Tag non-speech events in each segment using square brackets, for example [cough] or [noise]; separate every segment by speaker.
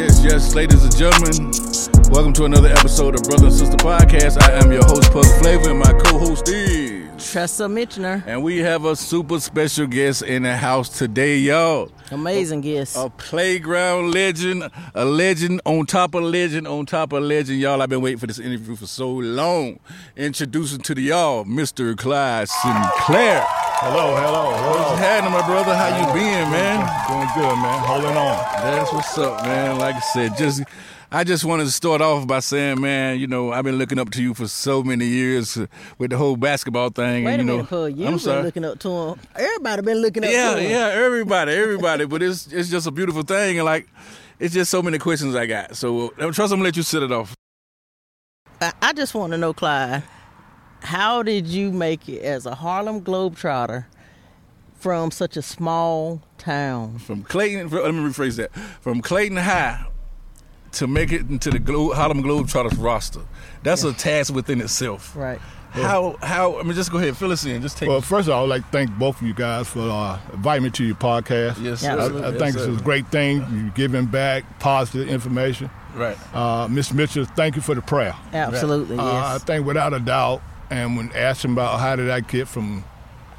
Speaker 1: ladies and gentlemen. Welcome to another episode of Brother and Sister Podcast. I am your host, Puzzle Flavor, and my co host is.
Speaker 2: Tressa Mitchner.
Speaker 1: And we have a super special guest in the house today, y'all.
Speaker 2: Amazing guest.
Speaker 1: A playground legend, a legend on top of legend on top of legend. Y'all, I've been waiting for this interview for so long. Introducing to the y'all, Mr. Clyde Sinclair.
Speaker 3: Hello, hello,
Speaker 1: What's
Speaker 3: hello.
Speaker 1: happening, my brother? How you been, man?
Speaker 3: Doing good, man. Holding on.
Speaker 1: That's what's up, man. Like I said, just I just wanted to start off by saying, man, you know, I've been looking up to you for so many years uh, with the whole basketball thing.
Speaker 2: Wait
Speaker 1: and,
Speaker 2: a
Speaker 1: you know,
Speaker 2: minute, Pug. You've
Speaker 1: I'm
Speaker 2: been
Speaker 1: sorry.
Speaker 2: looking up to him. Everybody been looking up
Speaker 1: yeah,
Speaker 2: to him.
Speaker 1: yeah, everybody, everybody. but it's it's just a beautiful thing, and like, it's just so many questions I got. So uh, trust I'm gonna let you sit it off.
Speaker 2: I, I just want to know, Clyde, how did you make it as a Harlem Globetrotter from such a small town?
Speaker 1: From Clayton, let me rephrase that. From Clayton High to make it into the Glo- Harlem Globetrotters roster, that's a task within itself.
Speaker 2: Right.
Speaker 1: How? How? I mean, just go ahead, fill us in. Just take.
Speaker 3: Well, first of all, I'd like to thank both of you guys for uh, inviting me to your podcast.
Speaker 1: yes,
Speaker 2: Yeah.
Speaker 1: sir.
Speaker 3: I, I
Speaker 1: Yes,
Speaker 3: think this
Speaker 1: sir.
Speaker 3: is a great thing. You're giving back positive information.
Speaker 1: Right.
Speaker 3: Uh, Miss Mitchell, thank you for the prayer.
Speaker 2: Absolutely,
Speaker 3: Uh, I
Speaker 2: yes.
Speaker 3: think without a doubt, and when asking about how did I get from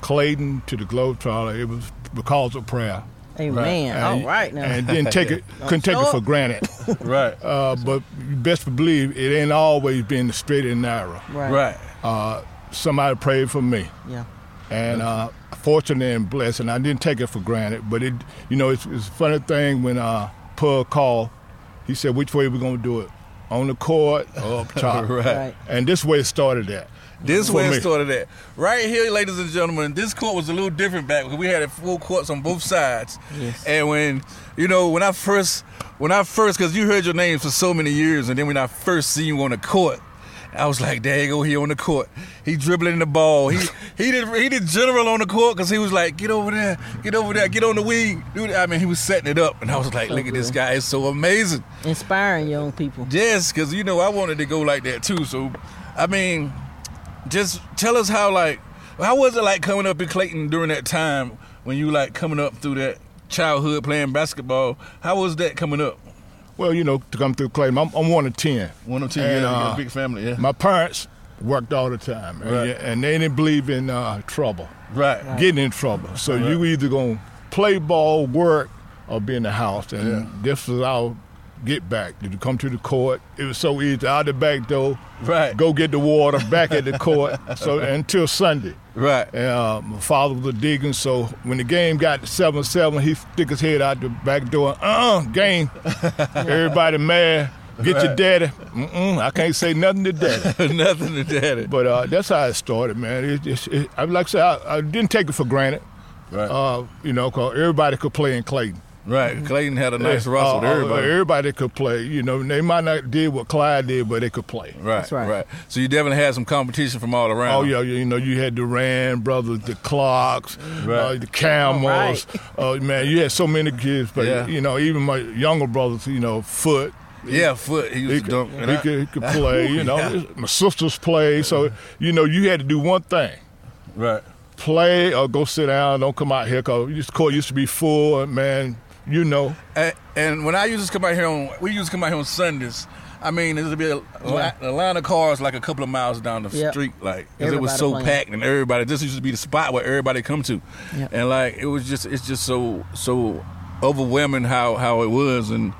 Speaker 3: Clayton to the Globetrotter, it was because of prayer.
Speaker 2: Amen.
Speaker 3: And-
Speaker 2: All right now.
Speaker 3: And didn't
Speaker 2: [laughs]
Speaker 3: take it, couldn't take it
Speaker 2: sure. [laughs]
Speaker 3: for granted.
Speaker 1: Right.
Speaker 3: Uh, but you best believe it ain't always been straight and narrow.
Speaker 2: right.
Speaker 1: right.
Speaker 3: Uh, somebody prayed for me.
Speaker 2: Yeah.
Speaker 3: and uh, fortunate and blessed. And I didn't take it for granted, but it, you know, it's, it's a funny thing when uh, Pug called, he said, which way we going to do it? On the court
Speaker 1: [laughs]
Speaker 3: or [laughs] up top?
Speaker 1: Oh, Right.
Speaker 2: Right.
Speaker 3: And this way it started at.
Speaker 1: This
Speaker 3: For
Speaker 1: way
Speaker 3: me.
Speaker 1: it started at. Right here, ladies and gentlemen, this court was a little different back because we had full courts on both sides.
Speaker 2: Yes.
Speaker 1: And when you know when I first when I first because you heard your name for so many years and then when I first seen you on the court. I was like, there you go, he on the court. He dribbling the ball.
Speaker 3: [laughs]
Speaker 1: He he did he did general on the court because he was like, get over there, get over there, get on the wing. Dude, I mean, he was setting it up, and I was like,
Speaker 2: So
Speaker 1: look at this
Speaker 2: good.
Speaker 1: guy, it's so amazing.
Speaker 2: Inspiring young people.
Speaker 1: Yes, because you know I wanted to go like that too. So, I mean, just tell us how like how was it like coming up in Clayton during that time when you like coming up through that childhood playing basketball? How was that coming up?
Speaker 3: Well, you know, to come through Clayton, I'm, I'm one of 10.
Speaker 1: One of two,
Speaker 3: And,
Speaker 1: yeah, you
Speaker 3: uh,
Speaker 1: got a big family, yeah,
Speaker 3: My parents worked all the time, and-
Speaker 1: Right.
Speaker 3: and they didn't believe in uh, trouble,
Speaker 1: right,
Speaker 3: getting in trouble. So you either going to play ball, work, or be in the house. And
Speaker 1: Yeah.
Speaker 3: this was our get back. Did you come to the court? It was so easy. Out the back door,
Speaker 1: right,
Speaker 3: go get the water back at
Speaker 1: [laughs]
Speaker 3: the court. So until Sunday,
Speaker 1: right, [laughs]
Speaker 3: and, uh, my father was a deacon. So when the game got to seven seven, he stick his head out the back door. Uh,
Speaker 1: [laughs]
Speaker 3: game. Everybody mad. Get your
Speaker 1: Right.
Speaker 3: daddy. Mm-mm, I can't say nothing
Speaker 1: [laughs]
Speaker 3: to daddy.
Speaker 1: nothing to daddy,
Speaker 3: But uh, that's how it started, man. It, it, it, I like I said, I, I didn't take it for granted.
Speaker 1: right,
Speaker 3: Uh, you know, 'cause everybody could play in Clayton.
Speaker 1: right. Clayton had a nice
Speaker 3: Uh,
Speaker 1: roster with
Speaker 3: uh,
Speaker 1: everybody.
Speaker 3: everybody could play. You know, they might not did what Clyde did, but they could play.
Speaker 1: Right,
Speaker 2: That's right.
Speaker 1: right. So you definitely had some competition from all around.
Speaker 3: Oh yeah, you know you had the Rand brothers, the Clarks,
Speaker 1: Right.
Speaker 3: uh, the Camels.
Speaker 2: Right.
Speaker 3: Uh, man, you had so many kids. But
Speaker 1: Yeah.
Speaker 3: you know, even my younger brothers, you know, Foot,
Speaker 1: yeah. Foot, he
Speaker 3: he
Speaker 1: used to
Speaker 3: could,
Speaker 1: dunk. And
Speaker 3: he,
Speaker 1: I-
Speaker 3: could, he could play.
Speaker 1: [laughs]
Speaker 3: You know, my sisters played. So you know, you had to do one thing:
Speaker 1: Right,
Speaker 3: play or go sit down. Don't come out here because this court used to be full. and, Man, you know,
Speaker 1: And, and when I used to come out here on, we used to come out here on Sundays. I mean, there'd be a, li- a line of cars like a couple of miles down the
Speaker 2: Yep.
Speaker 1: street, like 'cause it was
Speaker 2: Everybody
Speaker 1: so
Speaker 2: playing.
Speaker 1: packed and everybody. This used to be the spot where everybody come to,
Speaker 2: Yep.
Speaker 1: and like it was just, it's just so so overwhelming how how it was, and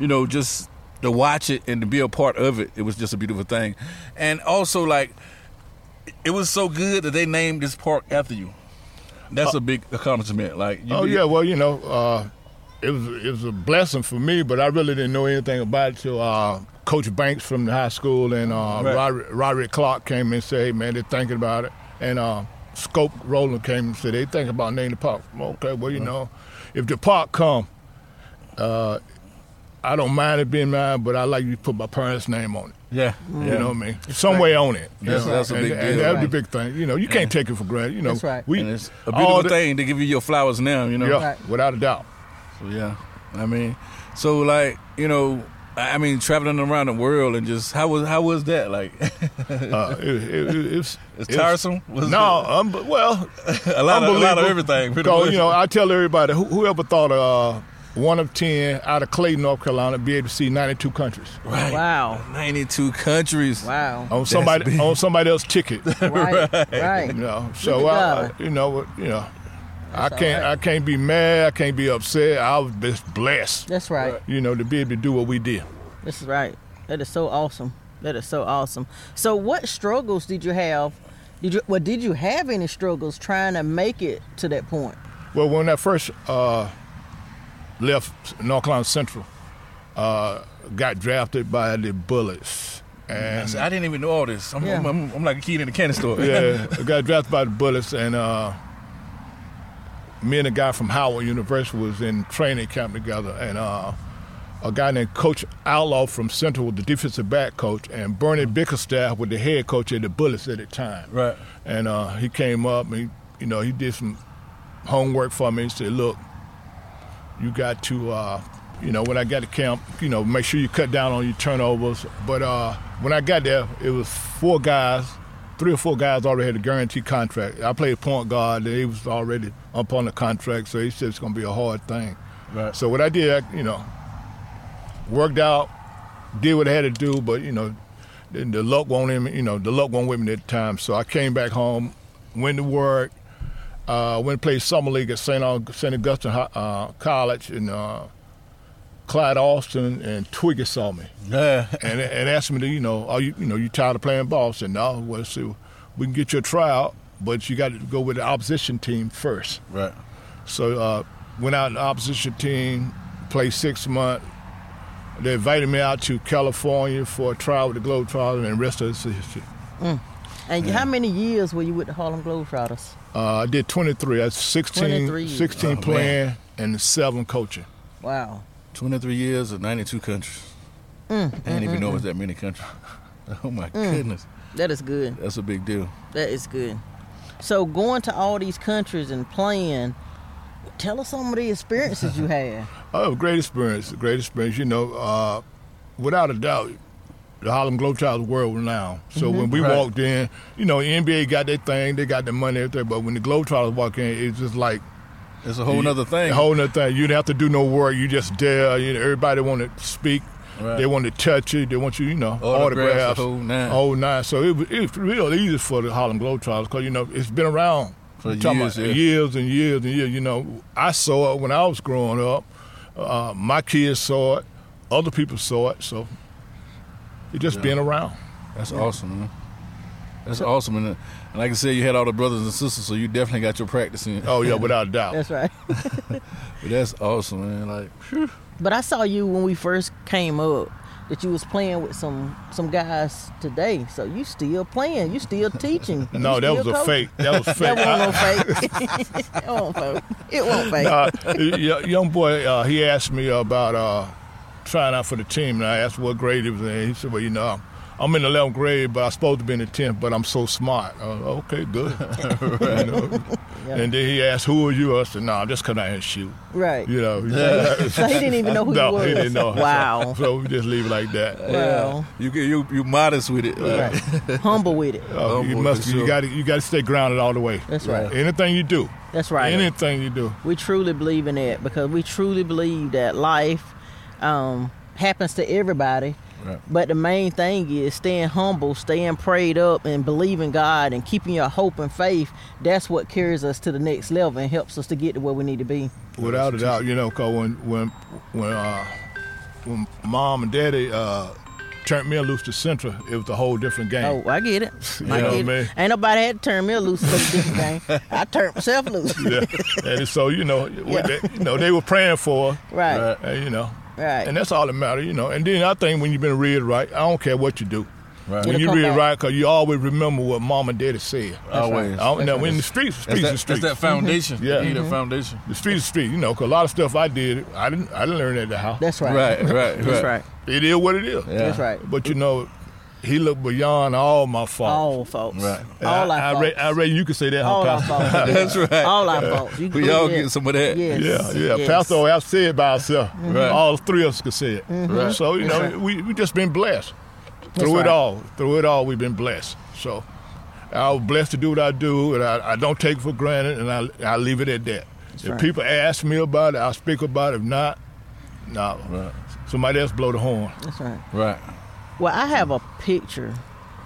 Speaker 1: you know, just to watch it and to be a part of it, it was just a beautiful thing, and also like it was so good that they named this park after you.
Speaker 2: Uh,
Speaker 1: That's a big accomplishment. Like, you
Speaker 3: Oh
Speaker 1: did-
Speaker 3: yeah, well you know, uh, it was it was a blessing for me, but I really didn't know anything about it till uh, Coach Banks from the high school and uh,
Speaker 1: Right.
Speaker 3: Roderick, Roderick Clark came and said, "Hey man, they're thinking about it." And uh, Scope Roland came and said, "They thinking about naming the park." Okay, well you know, if the park come, uh, I don't mind it being mine, but I like you to put my parents' name on it.
Speaker 1: yeah,
Speaker 2: Mm-hmm.
Speaker 3: You know what I mean? Some way on it. you
Speaker 1: That's-
Speaker 3: know?
Speaker 1: that's a
Speaker 3: And-
Speaker 1: big
Speaker 3: and
Speaker 1: deal.
Speaker 3: That's the big thing. You know, you can't take it for granted. You know,
Speaker 2: That's right.
Speaker 3: we
Speaker 1: And it's a
Speaker 3: all
Speaker 1: beautiful
Speaker 3: the-
Speaker 1: thing to give you your flowers now, you know.
Speaker 3: Yeah,
Speaker 2: Right.
Speaker 3: without a doubt.
Speaker 1: So, yeah. I mean, so like you know, I I mean, traveling around the world and just how was how was that like? [laughs]
Speaker 3: Uh, it, it, it, it's,
Speaker 1: It's tiresome? Was
Speaker 3: no, um, well,
Speaker 1: a lot of a lot of everything. pretty
Speaker 3: Because
Speaker 1: much.
Speaker 3: you know, I tell everybody, who, whoever thought of uh, one of ten out of Clay, North Carolina, be able to see 92 countries
Speaker 1: Right.
Speaker 2: Wow.
Speaker 1: 92 countries.
Speaker 2: Wow.
Speaker 1: [laughs]
Speaker 3: on somebody
Speaker 1: big.
Speaker 3: on somebody
Speaker 1: [laughs]
Speaker 3: else's ticket. you
Speaker 2: right. Right.
Speaker 3: know, so
Speaker 2: at
Speaker 3: I,
Speaker 2: God.
Speaker 3: you know, you know, I
Speaker 2: That's all
Speaker 3: can't
Speaker 2: right.
Speaker 3: I can't be mad. I can't be upset. I was just blessed.
Speaker 2: That's right.
Speaker 3: You know, to be able to do what we did.
Speaker 2: This is right. That is so awesome. That is so awesome. So, what struggles did you have? Did you well? Did you have any struggles trying to make it to that point?
Speaker 3: Well, when I first uh, left North Carolina Central, uh, got drafted by the Bullets,
Speaker 1: I,
Speaker 3: and
Speaker 1: said, I [laughs] didn't even know all this. I'm,
Speaker 2: Yeah.
Speaker 1: I'm, I'm, I'm like a kid in a candy store.
Speaker 3: yeah, I got drafted by the Bullets, and uh, me and a guy from Howard University was in training camp together, and uh, a guy named Coach Outlaw from Central was the defensive back coach, and Bernie Bickerstaff was the head coach at the Bullets at the time.
Speaker 1: [laughs] Right.
Speaker 3: And uh, he came up, and he, you know, he did some homework for me and said, "Look, you got to, uh, you know, when I got to camp, you know, make sure you cut down on your turnovers." But uh, when I got there, it was four guys, three or four guys already had a guaranteed contract. I played point guard; they was already up on the contract, so he said it's going to be a hard thing.
Speaker 1: Right.
Speaker 3: So what I did, I, you know, worked out, did what I had to do, but you know, the, the luck won't in me, you know, the luck won't with me at the time. So I came back home, went to work, uh, went and played summer league at St. Aug- St. Augustine Hi- uh, College, and uh, Clyde Austin and Twiggy saw me
Speaker 1: Yeah.
Speaker 3: and, and asked me to, you know, are you, you know, you tired of playing ball? I said, no, well, see, we can get you a tryout, but you got to go with the opposition team first.
Speaker 1: Right.
Speaker 3: So uh, went out in the opposition team, played six months. They invited me out to California for a trial with the Globetrotters, and the rest of it's history.
Speaker 2: And how many years were you with the Harlem Globetrotters?
Speaker 3: Uh, I did 23. That's 16,
Speaker 2: 23.
Speaker 3: 16
Speaker 1: Oh,
Speaker 3: playing and seven coaching.
Speaker 2: Wow.
Speaker 1: 23 years of 92 countries.
Speaker 2: Mm.
Speaker 1: I didn't even know
Speaker 2: Mm-hmm.
Speaker 1: it was that many countries. [laughs] Oh my goodness.
Speaker 2: That is good.
Speaker 1: That's a big deal.
Speaker 2: That is good. So, going to all these countries and playing. Tell us some of the experiences
Speaker 3: [laughs]
Speaker 2: you had.
Speaker 3: Oh, great experience. Great experience. You know, uh, without a doubt, the Harlem Globetrotters were renowned. So when we
Speaker 1: Right.
Speaker 3: walked in, you know, NBA got their thing, they got their money, everything. But when the Globetrotters walk in, it's just like
Speaker 1: It's a whole nother thing.
Speaker 3: A whole nother thing. You didn't have to do no work. You just there. You know, everybody want to speak.
Speaker 1: Right.
Speaker 3: They want to touch you. They want you, you know,
Speaker 1: Autographs,
Speaker 3: autographs.
Speaker 1: the whole nine.
Speaker 3: Whole nine. So it was, it was real easy for the Harlem Globetrotters because, you know, it's been around.
Speaker 1: For
Speaker 3: I'm talking
Speaker 1: years,
Speaker 3: about
Speaker 1: yeah.
Speaker 3: years and years and years. You know, I saw it when I was growing up. Uh, my kids saw it. Other people saw it. So it just been around.
Speaker 1: That's awesome, man. That's awesome. And, uh, and like I said, you had all the brothers and sisters, so you definitely got your practice in. [laughs]
Speaker 3: Oh, yeah, without a doubt.
Speaker 2: That's right. [laughs]
Speaker 1: But that's awesome, man. Like, phew.
Speaker 2: But I saw you when we first came up that you was playing with some some guys today. So you still playing, you still teaching.
Speaker 3: no,
Speaker 2: you
Speaker 3: that
Speaker 2: still
Speaker 3: was a
Speaker 2: coaching.
Speaker 3: fake. That was fake.
Speaker 2: That
Speaker 3: I-
Speaker 2: won't
Speaker 3: [laughs]
Speaker 2: no fake. it won't fake. It won't fake.
Speaker 3: uh, y- young boy, uh, he asked me about uh, trying out for the team, and I asked what grade he was in. He said, "Well, you know, I'm in the 11th grade, but I'm supposed to be in the 10th, but I'm so smart." I was, okay, good. [laughs] You know?
Speaker 2: Yeah.
Speaker 3: And then he asked, "Who are you?" I said, "No, I'm just coming out here and shoot."
Speaker 2: right. [laughs]
Speaker 3: You know. so
Speaker 2: So he didn't even know who
Speaker 3: no,
Speaker 2: you was.
Speaker 3: he didn't know.
Speaker 2: Wow.
Speaker 3: [laughs] So we just leave it like that.
Speaker 2: Wow.
Speaker 1: you get- you you modest with it. Like,
Speaker 2: Right. Humble with it.
Speaker 3: Uh, you
Speaker 1: Humble,
Speaker 3: must.
Speaker 1: for
Speaker 3: You
Speaker 1: sure.
Speaker 3: got to. You got to stay grounded all the way.
Speaker 2: That's right.
Speaker 3: Anything you do.
Speaker 2: That's right.
Speaker 3: Anything you do.
Speaker 2: we truly believe in it because we truly believe that life um, happens to everybody.
Speaker 1: Right.
Speaker 2: But the main thing is staying humble, staying prayed up, and believing God and keeping your hope and faith. That's what carries us to the next level and helps us to get to where we need to be.
Speaker 3: Without a doubt, you know, 'cause when when when uh, when mom and daddy uh, turned me loose to Central, it was a whole different game.
Speaker 2: Oh, I get it.
Speaker 3: You
Speaker 2: I
Speaker 3: know
Speaker 2: get
Speaker 3: what I
Speaker 2: it.
Speaker 3: mean?
Speaker 2: Ain't nobody had to turn me loose for this game. I turned myself loose.
Speaker 3: [laughs] Yeah, and so
Speaker 2: [laughs]
Speaker 3: you know, with that- you know, they were praying for, her,
Speaker 2: Right,
Speaker 3: and you know,
Speaker 2: right.
Speaker 3: and that's all that matters, you know. And then I think when you've been read right, I don't care what you do.
Speaker 1: Right.
Speaker 3: When
Speaker 2: It'll
Speaker 3: you
Speaker 2: come
Speaker 3: read
Speaker 2: back.
Speaker 3: right, because you always remember what mom and daddy said.
Speaker 1: Always.
Speaker 3: I don't, now,
Speaker 2: right.
Speaker 3: in the
Speaker 1: That's
Speaker 3: streets, streets
Speaker 1: that,
Speaker 3: is
Speaker 1: that's
Speaker 3: streets.
Speaker 1: that foundation.
Speaker 3: Yeah.
Speaker 1: You need a foundation.
Speaker 3: the streets is streets, you know, 'cause a lot of stuff I did, I didn't, I didn't learn at the house.
Speaker 2: That's right.
Speaker 1: Right, right, right.
Speaker 2: That's right.
Speaker 3: It is what it is.
Speaker 1: Yeah.
Speaker 2: That's right.
Speaker 3: But you know, he looked beyond all my faults.
Speaker 2: All folks.
Speaker 1: Right.
Speaker 2: All
Speaker 3: I,
Speaker 2: our
Speaker 3: I,
Speaker 2: faults.
Speaker 3: re- I re- you can say that, huh,
Speaker 2: all our
Speaker 3: Pastor?
Speaker 1: [laughs]
Speaker 2: faults.
Speaker 1: That's right.
Speaker 2: All our faults. You
Speaker 1: We
Speaker 2: can
Speaker 1: all
Speaker 2: do that.
Speaker 1: get some of that.
Speaker 2: Yes.
Speaker 3: Yeah, yeah.
Speaker 2: yes. Mm-hmm.
Speaker 3: Pastor Oaf said it by herself.
Speaker 1: Right.
Speaker 3: All three of us could say it.
Speaker 1: Right.
Speaker 3: So, you know,
Speaker 2: That's right.
Speaker 3: we, we just been blessed. through
Speaker 2: right.
Speaker 3: it all. Through it all, we've been blessed. So I was blessed to do what I do, and I, I don't take it for granted, and I, I leave it at that. if
Speaker 2: right.
Speaker 3: people ask me about it, I speak about it. If not, No.
Speaker 1: Right.
Speaker 3: Somebody else blow the horn.
Speaker 2: That's right.
Speaker 1: Right.
Speaker 2: Well, I have a picture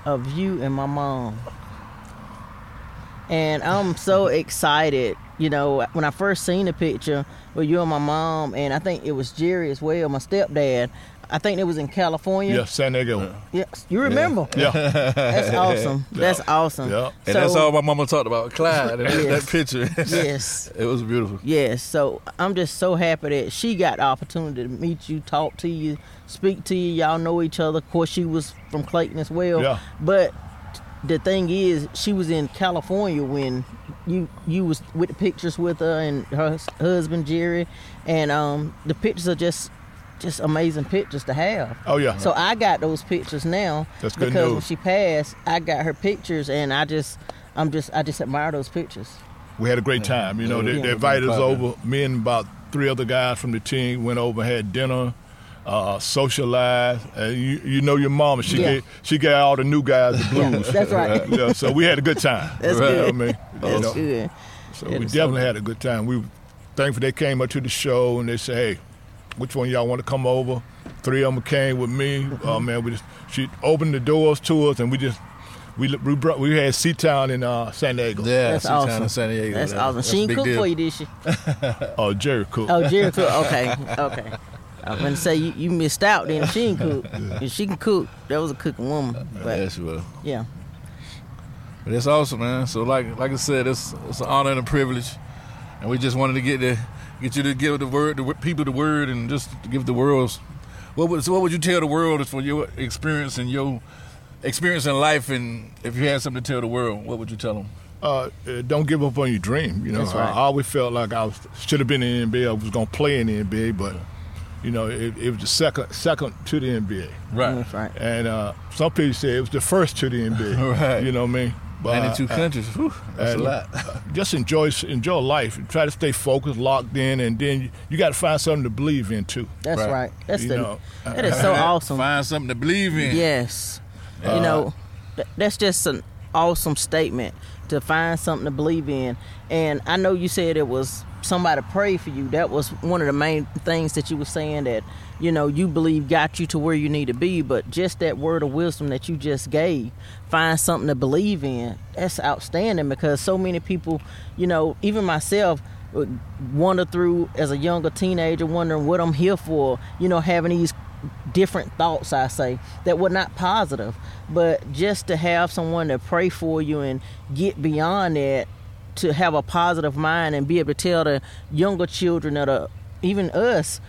Speaker 2: of you and my mom. And I'm so excited. You know, when I first seen the picture with you and my mom, and I think it was Jerry as well, my stepdad. I think it was in California.
Speaker 3: Yeah, San Diego.
Speaker 2: Yes, you remember.
Speaker 3: [laughs] Yeah.
Speaker 2: That's awesome. That's awesome.
Speaker 3: Yeah.
Speaker 1: And
Speaker 2: So-
Speaker 1: that's all my mama talked about, Clyde. and
Speaker 2: Yes.
Speaker 1: That picture. [laughs]
Speaker 2: Yes.
Speaker 1: it was beautiful.
Speaker 2: Yes, so I'm just so happy that she got the opportunity to meet you, talk to you, speak to you. Y'all know each other. Of course, she was from Clayton as well.
Speaker 3: Yeah.
Speaker 2: But the thing is, she was in California when you you was with the pictures with her and her hus- husband Jerry, and um, the pictures are just just amazing pictures to have.
Speaker 3: Oh yeah.
Speaker 2: So I got those pictures now
Speaker 3: That's good
Speaker 2: because when
Speaker 3: news.
Speaker 2: she passed, I got her pictures, and I just I'm just I just admire those
Speaker 3: [laughs]
Speaker 2: pictures.
Speaker 3: we had a great time. You know, they, they invited us over. Me and about three other guys from the team went over, had dinner, uh, socialized. And you, you know your mama. She
Speaker 2: Yeah.
Speaker 3: gave she gave all the new guys
Speaker 2: [laughs]
Speaker 3: the
Speaker 2: Yeah,
Speaker 3: blues.
Speaker 2: that's
Speaker 3: [laughs]
Speaker 2: right.
Speaker 3: yeah, so we had a good time.
Speaker 2: That's
Speaker 3: You know
Speaker 2: good.
Speaker 3: what I mean?
Speaker 2: That's
Speaker 3: You know,
Speaker 2: good.
Speaker 3: So
Speaker 2: That
Speaker 3: we
Speaker 2: is so
Speaker 3: definitely had a good time. We were thankful they came up to the show and they said, "Hey, which one of y'all want to come over?" Three of them came with
Speaker 2: [laughs]
Speaker 3: me. Oh man, we just she opened the doors to us and we just we we brought we had Sea Town in uh, San Diego.
Speaker 1: Yeah,
Speaker 2: That's
Speaker 1: sometime
Speaker 2: awesome.
Speaker 1: in San Diego.
Speaker 2: That's
Speaker 1: that-
Speaker 2: awesome.
Speaker 1: a
Speaker 2: She ain't
Speaker 1: big
Speaker 2: cook
Speaker 1: deal.
Speaker 2: for you, did she?
Speaker 3: Oh, Jerry Cook.
Speaker 2: Oh, Jerry cook. Okay, okay. I'm gonna say you, you missed out. Then if she ain't cook. If she can cook, that was a cooking woman.
Speaker 1: Yeah,
Speaker 2: But
Speaker 1: she will.
Speaker 2: yeah,
Speaker 1: But it's awesome, man. So like like I said, it's it's an honor and a privilege, and we just wanted to get the get you to give the word, the w- people the word, and just to give the world. What would so what would you tell the world is for your experience and your experience in life, and if you had something to tell the world, what would you tell them?
Speaker 3: uh, uh, don't give up on your dream. You know,
Speaker 2: That's right.
Speaker 3: I always felt like I was, should have been in the NBA. I was going to play in the NBA, but you know, it, it was the second second to the NBA.
Speaker 1: Right,
Speaker 2: that's right.
Speaker 3: And uh, some people say it was the first to the
Speaker 2: [laughs]
Speaker 3: NBA.
Speaker 1: Right.
Speaker 3: You know what I mean? But
Speaker 1: ninety two countries. Whew, that's a
Speaker 3: and
Speaker 1: lot.
Speaker 3: just enjoy enjoy life. Try to stay focused, locked in, and then you, you got to find something to believe in too.
Speaker 2: That's
Speaker 1: Right.
Speaker 2: right. That's
Speaker 3: You
Speaker 2: the.
Speaker 3: know,
Speaker 2: that is so awesome.
Speaker 1: Find something to believe in.
Speaker 2: Yes. you know, th- that's just an awesome statement to find something to believe in. And I know you said it was somebody prayed for you. That was one of the main things that you were saying that, you know, you believe got you to where you need to be. But just that word of wisdom that you just gave, find something to believe in, that's outstanding because so many people, you know, even myself, would wander through as a younger teenager wondering what I'm here for, you know, having these different thoughts I say that were not positive, but just to have someone to pray for you and get beyond that to have a positive mind and be able to tell the younger children that are even us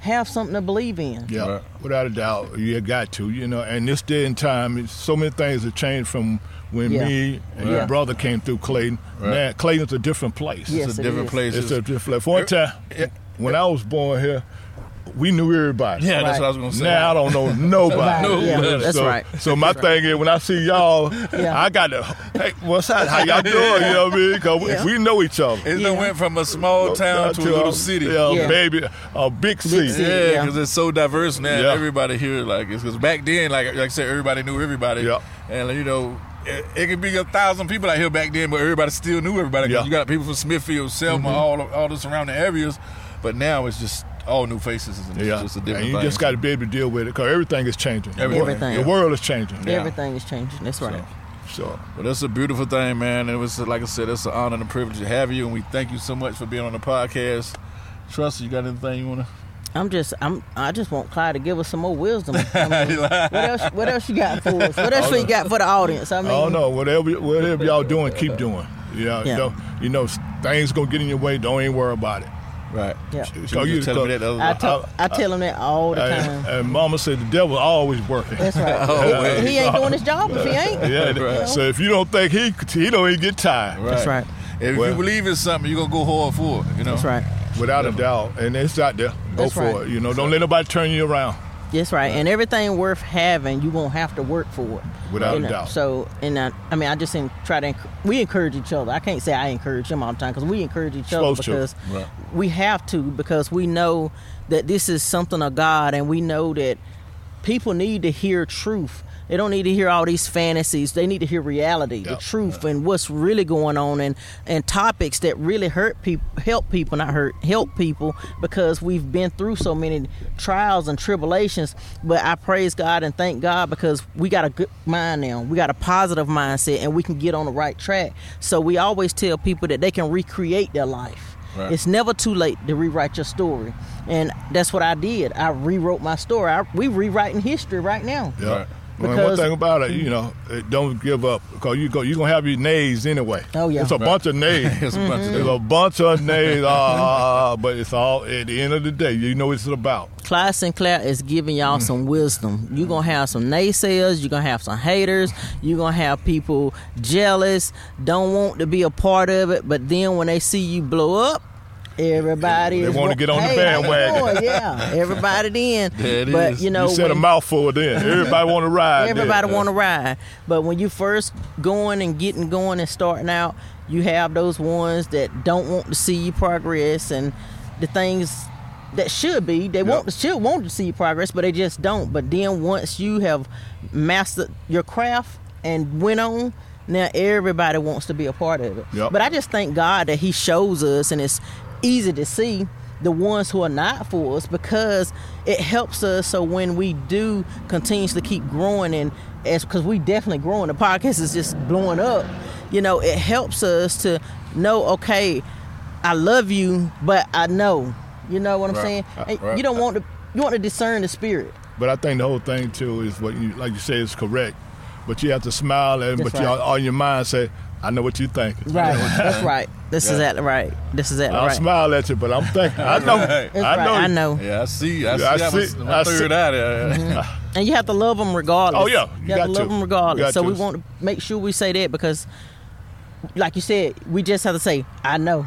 Speaker 2: have something to believe in.
Speaker 3: Yeah,
Speaker 1: Right.
Speaker 3: without a doubt, you got to, you know. And this day and time, it's, so many things have changed from when
Speaker 2: Yeah.
Speaker 3: me and
Speaker 2: Yeah.
Speaker 3: your brother came through Clayton.
Speaker 1: Right.
Speaker 3: Man, Clayton's a different place.
Speaker 2: Yes,
Speaker 1: It's a
Speaker 2: it
Speaker 1: different
Speaker 2: is.
Speaker 1: place.
Speaker 3: It's a different place. For one time, when I was born here, we knew everybody.
Speaker 1: yeah, that's
Speaker 2: Right.
Speaker 1: what I was gonna say.
Speaker 3: Now I don't
Speaker 2: [laughs]
Speaker 3: know nobody.
Speaker 1: Nobody, yeah, Nobody.
Speaker 2: that's
Speaker 3: so,
Speaker 2: right.
Speaker 3: So my thing is, when I see y'all,
Speaker 2: Yeah.
Speaker 3: I got to, hey, what's up? How y'all doing? You know what I mean? Because
Speaker 2: Yeah.
Speaker 3: we know each other.
Speaker 1: It
Speaker 2: Yeah.
Speaker 1: done went from a small town to a little city.
Speaker 3: Yeah,
Speaker 2: Yeah.
Speaker 3: baby, a big city.
Speaker 2: city.
Speaker 1: Yeah,
Speaker 2: Yeah.
Speaker 1: because it's so diverse now.
Speaker 3: Yeah.
Speaker 1: Everybody here, like, it's because back then, like, like I said, everybody knew everybody.
Speaker 3: Yeah.
Speaker 1: And like, you know, it, it could be a thousand people out here back then, but everybody still knew everybody. 'cause
Speaker 3: Yeah. Mm-hmm.
Speaker 1: You got people from Smithfield, Selma, all all the surrounding areas, but now it's just all new faces and it's
Speaker 3: Yeah,
Speaker 1: just a different.
Speaker 3: and you
Speaker 1: thing.
Speaker 3: just got to be able to deal with it because everything is changing.
Speaker 1: Everything.
Speaker 2: Everything.
Speaker 3: The world is changing.
Speaker 1: Yeah.
Speaker 2: Everything is changing. That's right.
Speaker 3: So,
Speaker 1: But that's a beautiful thing, man. And it was like I said, it's an honor and a privilege to have you, and we thank you so much for being on the podcast. Trust, you got anything you wanna? [laughs]
Speaker 2: I'm just I'm I just want Clyde to give us some more wisdom. I mean, what else what else you got for us? What else you got for the audience? I mean
Speaker 3: I don't know. Whatever, whatever y'all doing, keep doing. Yeah,
Speaker 2: Yeah.
Speaker 3: You, know, you know, things gonna get in your way. Don't even worry about it.
Speaker 1: Right.
Speaker 2: Yeah.
Speaker 1: She, she
Speaker 3: Oh,
Speaker 1: was
Speaker 3: you
Speaker 1: just telling me that the other
Speaker 2: I
Speaker 1: day.
Speaker 2: tell I, tell him that all the
Speaker 3: And, [laughs]
Speaker 2: time.
Speaker 3: and Mama said the devil always working.
Speaker 2: Uh-huh. That's right.
Speaker 1: Oh, wait.
Speaker 2: he, he
Speaker 3: [laughs]
Speaker 2: ain't doing his job if he ain't.
Speaker 3: Yeah.
Speaker 1: Right.
Speaker 3: So if you don't think he, he don't even get tired.
Speaker 2: That's right.
Speaker 1: If
Speaker 3: Well-
Speaker 1: you believe in something, you're gonna go hard for it. You know.
Speaker 2: That's right.
Speaker 3: Without a doubt, and it's out there. Go
Speaker 2: That's
Speaker 3: for
Speaker 2: right.
Speaker 3: it. You know, don't let nobody turn you around.
Speaker 2: That's right. And everything worth having, you won't have to work for it.
Speaker 3: Without
Speaker 2: You
Speaker 3: a
Speaker 2: know,
Speaker 3: doubt.
Speaker 2: So, and I, I mean, I just en- try to, enc- we encourage each other. I can't say I encourage him all the time because we encourage each other
Speaker 3: Supposed to.
Speaker 2: because
Speaker 1: Right.
Speaker 2: we have to, because we know that this is something of God and we know that people need to hear truth. They don't need to hear all these fantasies. They need to hear reality, the
Speaker 3: Yep.
Speaker 2: truth, and what's really going on, and and topics that really hurt people, help people, not hurt, help people, because we've been through so many trials and tribulations. But I praise God and thank God because we got a good mind now. We got a positive mindset, and we can get on the right track. So we always tell people that they can recreate their life.
Speaker 1: Right.
Speaker 2: It's never too late to rewrite your story, and that's what I did. I rewrote my story. I, we rewriting history right now.
Speaker 3: Yeah.
Speaker 1: Right.
Speaker 3: Well,
Speaker 2: Because-
Speaker 3: one thing about it, you know, eh, don't give up because you go, you're gonna have your nays anyway.
Speaker 2: Oh, yeah.
Speaker 3: it's a bunch of nays.
Speaker 1: [laughs] [laughs] It's a bunch of
Speaker 2: Mm-hmm.
Speaker 3: There's a bunch of nays, uh, but it's all at the end of the day, you know what it's about.
Speaker 2: Clyde Sinclair is giving
Speaker 3: Mm.
Speaker 2: y'all some wisdom. You're going to have some naysayers. You're going to have some haters. You're going to have people jealous, don't want to be a part of it. But then when they see you blow up, everybody
Speaker 3: They
Speaker 2: is
Speaker 3: wanna
Speaker 2: wa-
Speaker 3: get on the
Speaker 2: "Hey, how you
Speaker 3: bandwagon."
Speaker 2: doing?" yeah, everybody
Speaker 3: [laughs]
Speaker 2: then.
Speaker 1: There it
Speaker 2: but
Speaker 1: is.
Speaker 2: you know,
Speaker 3: you said a
Speaker 2: when- [laughs]
Speaker 3: mouthful then. Everybody want to ride. then.
Speaker 2: Everybody want to ride, but when you first going and getting going and starting out, you have those ones that don't want to see you progress and the things that should be they want should want to see you progress, but they just don't. But then once you have mastered your craft and went on. Now everybody wants to be a part of it,
Speaker 3: Yep.
Speaker 2: but I just thank God that He shows us, and it's easy to see the ones who are not for us because it helps us. So when we do continuously keep growing, and as because we definitely growing, the podcast is just blowing up. You know, it helps us to know, okay, I love you, but I know, you know what I'm
Speaker 1: Right.
Speaker 2: saying.
Speaker 1: Uh,
Speaker 2: And
Speaker 1: right.
Speaker 2: You don't want to, you want to discern the spirit.
Speaker 3: But I think the whole thing too is what you like you say is correct. But you have to smile and
Speaker 2: That's
Speaker 3: but you
Speaker 2: right.
Speaker 3: all your mind say, I know what you think.
Speaker 2: Right. That's right. This is
Speaker 1: Yeah.
Speaker 2: exactly right. This is exactly
Speaker 3: I'll
Speaker 2: right.
Speaker 3: smile at you, but I'm thinking I know
Speaker 1: That's
Speaker 3: I
Speaker 2: That's right.
Speaker 3: know
Speaker 2: I know.
Speaker 1: Yeah, I see. I see.
Speaker 3: Yeah, I
Speaker 1: I see.
Speaker 3: see-
Speaker 1: I'm
Speaker 3: I
Speaker 1: a third
Speaker 3: see.
Speaker 1: eye [laughs] there.
Speaker 2: Mm-hmm. And you have to love them regardless.
Speaker 3: Oh, yeah.
Speaker 2: you,
Speaker 3: You
Speaker 2: have
Speaker 3: got
Speaker 2: to love
Speaker 3: to.
Speaker 2: them
Speaker 3: You
Speaker 2: regardless.
Speaker 3: got
Speaker 2: So
Speaker 3: to.
Speaker 2: we want to make sure we say that because, like you said, we just have to say, "I know,"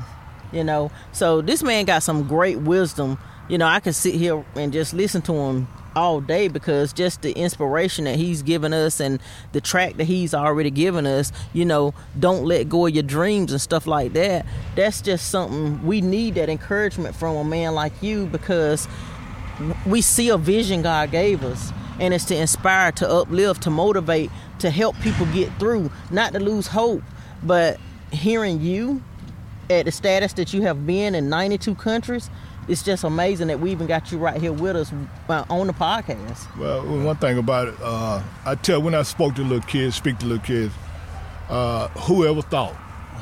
Speaker 2: you know. So this man got some great wisdom. You know, I could sit here and just listen to him all day because just the inspiration that he's given us and the track that he's already given us. You know, don't let go of your dreams and stuff like that. That's just something we need that encouragement from a man like you because we see a vision God gave us, and it's to inspire, to uplift, to motivate, to help people get through, not to lose hope. But hearing you at the status that you have been in 92 countries, it's just amazing that we even got you right here with us uh, on the podcast.
Speaker 3: Well, one thing about it, uh, I tell when I spoke to little kids, speak to little kids, uh, whoever thought,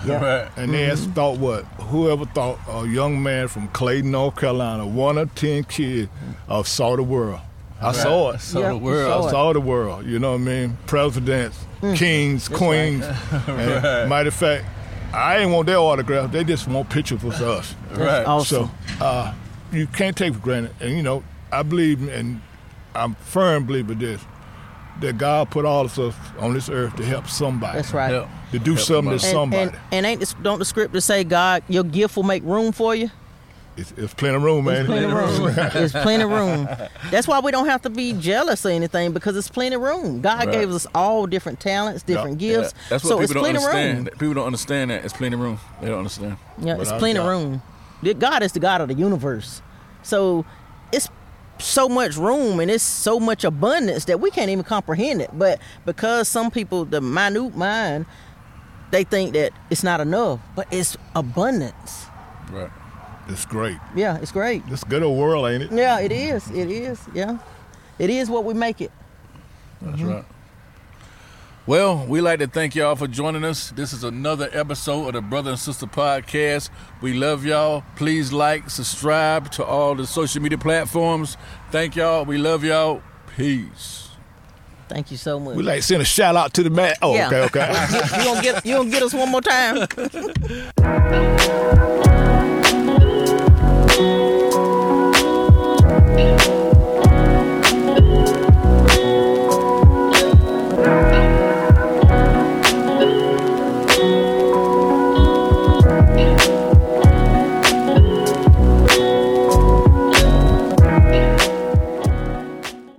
Speaker 1: Right.
Speaker 3: and they
Speaker 2: Mm-hmm.
Speaker 3: asked, thought what? Whoever thought a young man from Clayton, North Carolina, one of ten kids, uh, saw the world. I saw it.
Speaker 1: So
Speaker 2: Yeah,
Speaker 1: the
Speaker 2: you
Speaker 1: world.
Speaker 2: saw
Speaker 3: I
Speaker 2: it. Mm.
Speaker 3: saw the world. You know what I mean? Presidents, kings, queens.
Speaker 2: [laughs]
Speaker 3: And Matter of fact, I ain't want their autograph. They just want pictures with us.
Speaker 1: Right.
Speaker 2: Awesome.
Speaker 3: So uh, you can't take for granted. And you know, I believe, and I'm firm believer this, that God put all of us on this earth to help somebody.
Speaker 2: That's right.
Speaker 1: Yep.
Speaker 3: To do something to
Speaker 1: somebody.
Speaker 2: And, and
Speaker 3: somebody.
Speaker 2: and ain't this, don't the scripture say God your gift will make room for you?
Speaker 3: it's, it's plenty of room, man.
Speaker 2: There's plenty of room. There's plenty of room. That's why we don't have to be jealous or anything because it's plenty of room. God
Speaker 1: Right.
Speaker 2: gave us all different talents, different
Speaker 3: Yeah.
Speaker 2: gifts.
Speaker 1: That's what
Speaker 2: so it's
Speaker 1: people don't
Speaker 2: plenty of
Speaker 1: understand.
Speaker 2: room.
Speaker 1: People don't understand that. It's plenty of room. They don't understand.
Speaker 2: Yeah, it's
Speaker 3: Without
Speaker 2: plenty of
Speaker 3: doubt.
Speaker 2: room. The- God is the God of the universe. So it's so much room and it's so much abundance that we can't even comprehend it. But because some people, the minute mind, they think that it's not enough, but it's abundance.
Speaker 1: Right.
Speaker 3: It's great.
Speaker 2: Yeah, it's great.
Speaker 3: This good old world, ain't it?
Speaker 2: Yeah, it is. It is. Yeah. It is what we make it.
Speaker 1: That's right. Well, we like to thank y'all for joining us. This is another episode of the Brother and Sister Podcast. We love y'all. Please like, subscribe to all the social media platforms. Thank y'all. We love y'all. Peace.
Speaker 2: Thank you so much.
Speaker 3: We like send a shout out to the man. Oh,
Speaker 2: Yeah.
Speaker 3: okay, okay.
Speaker 2: you gonna get you gonna get us one more time.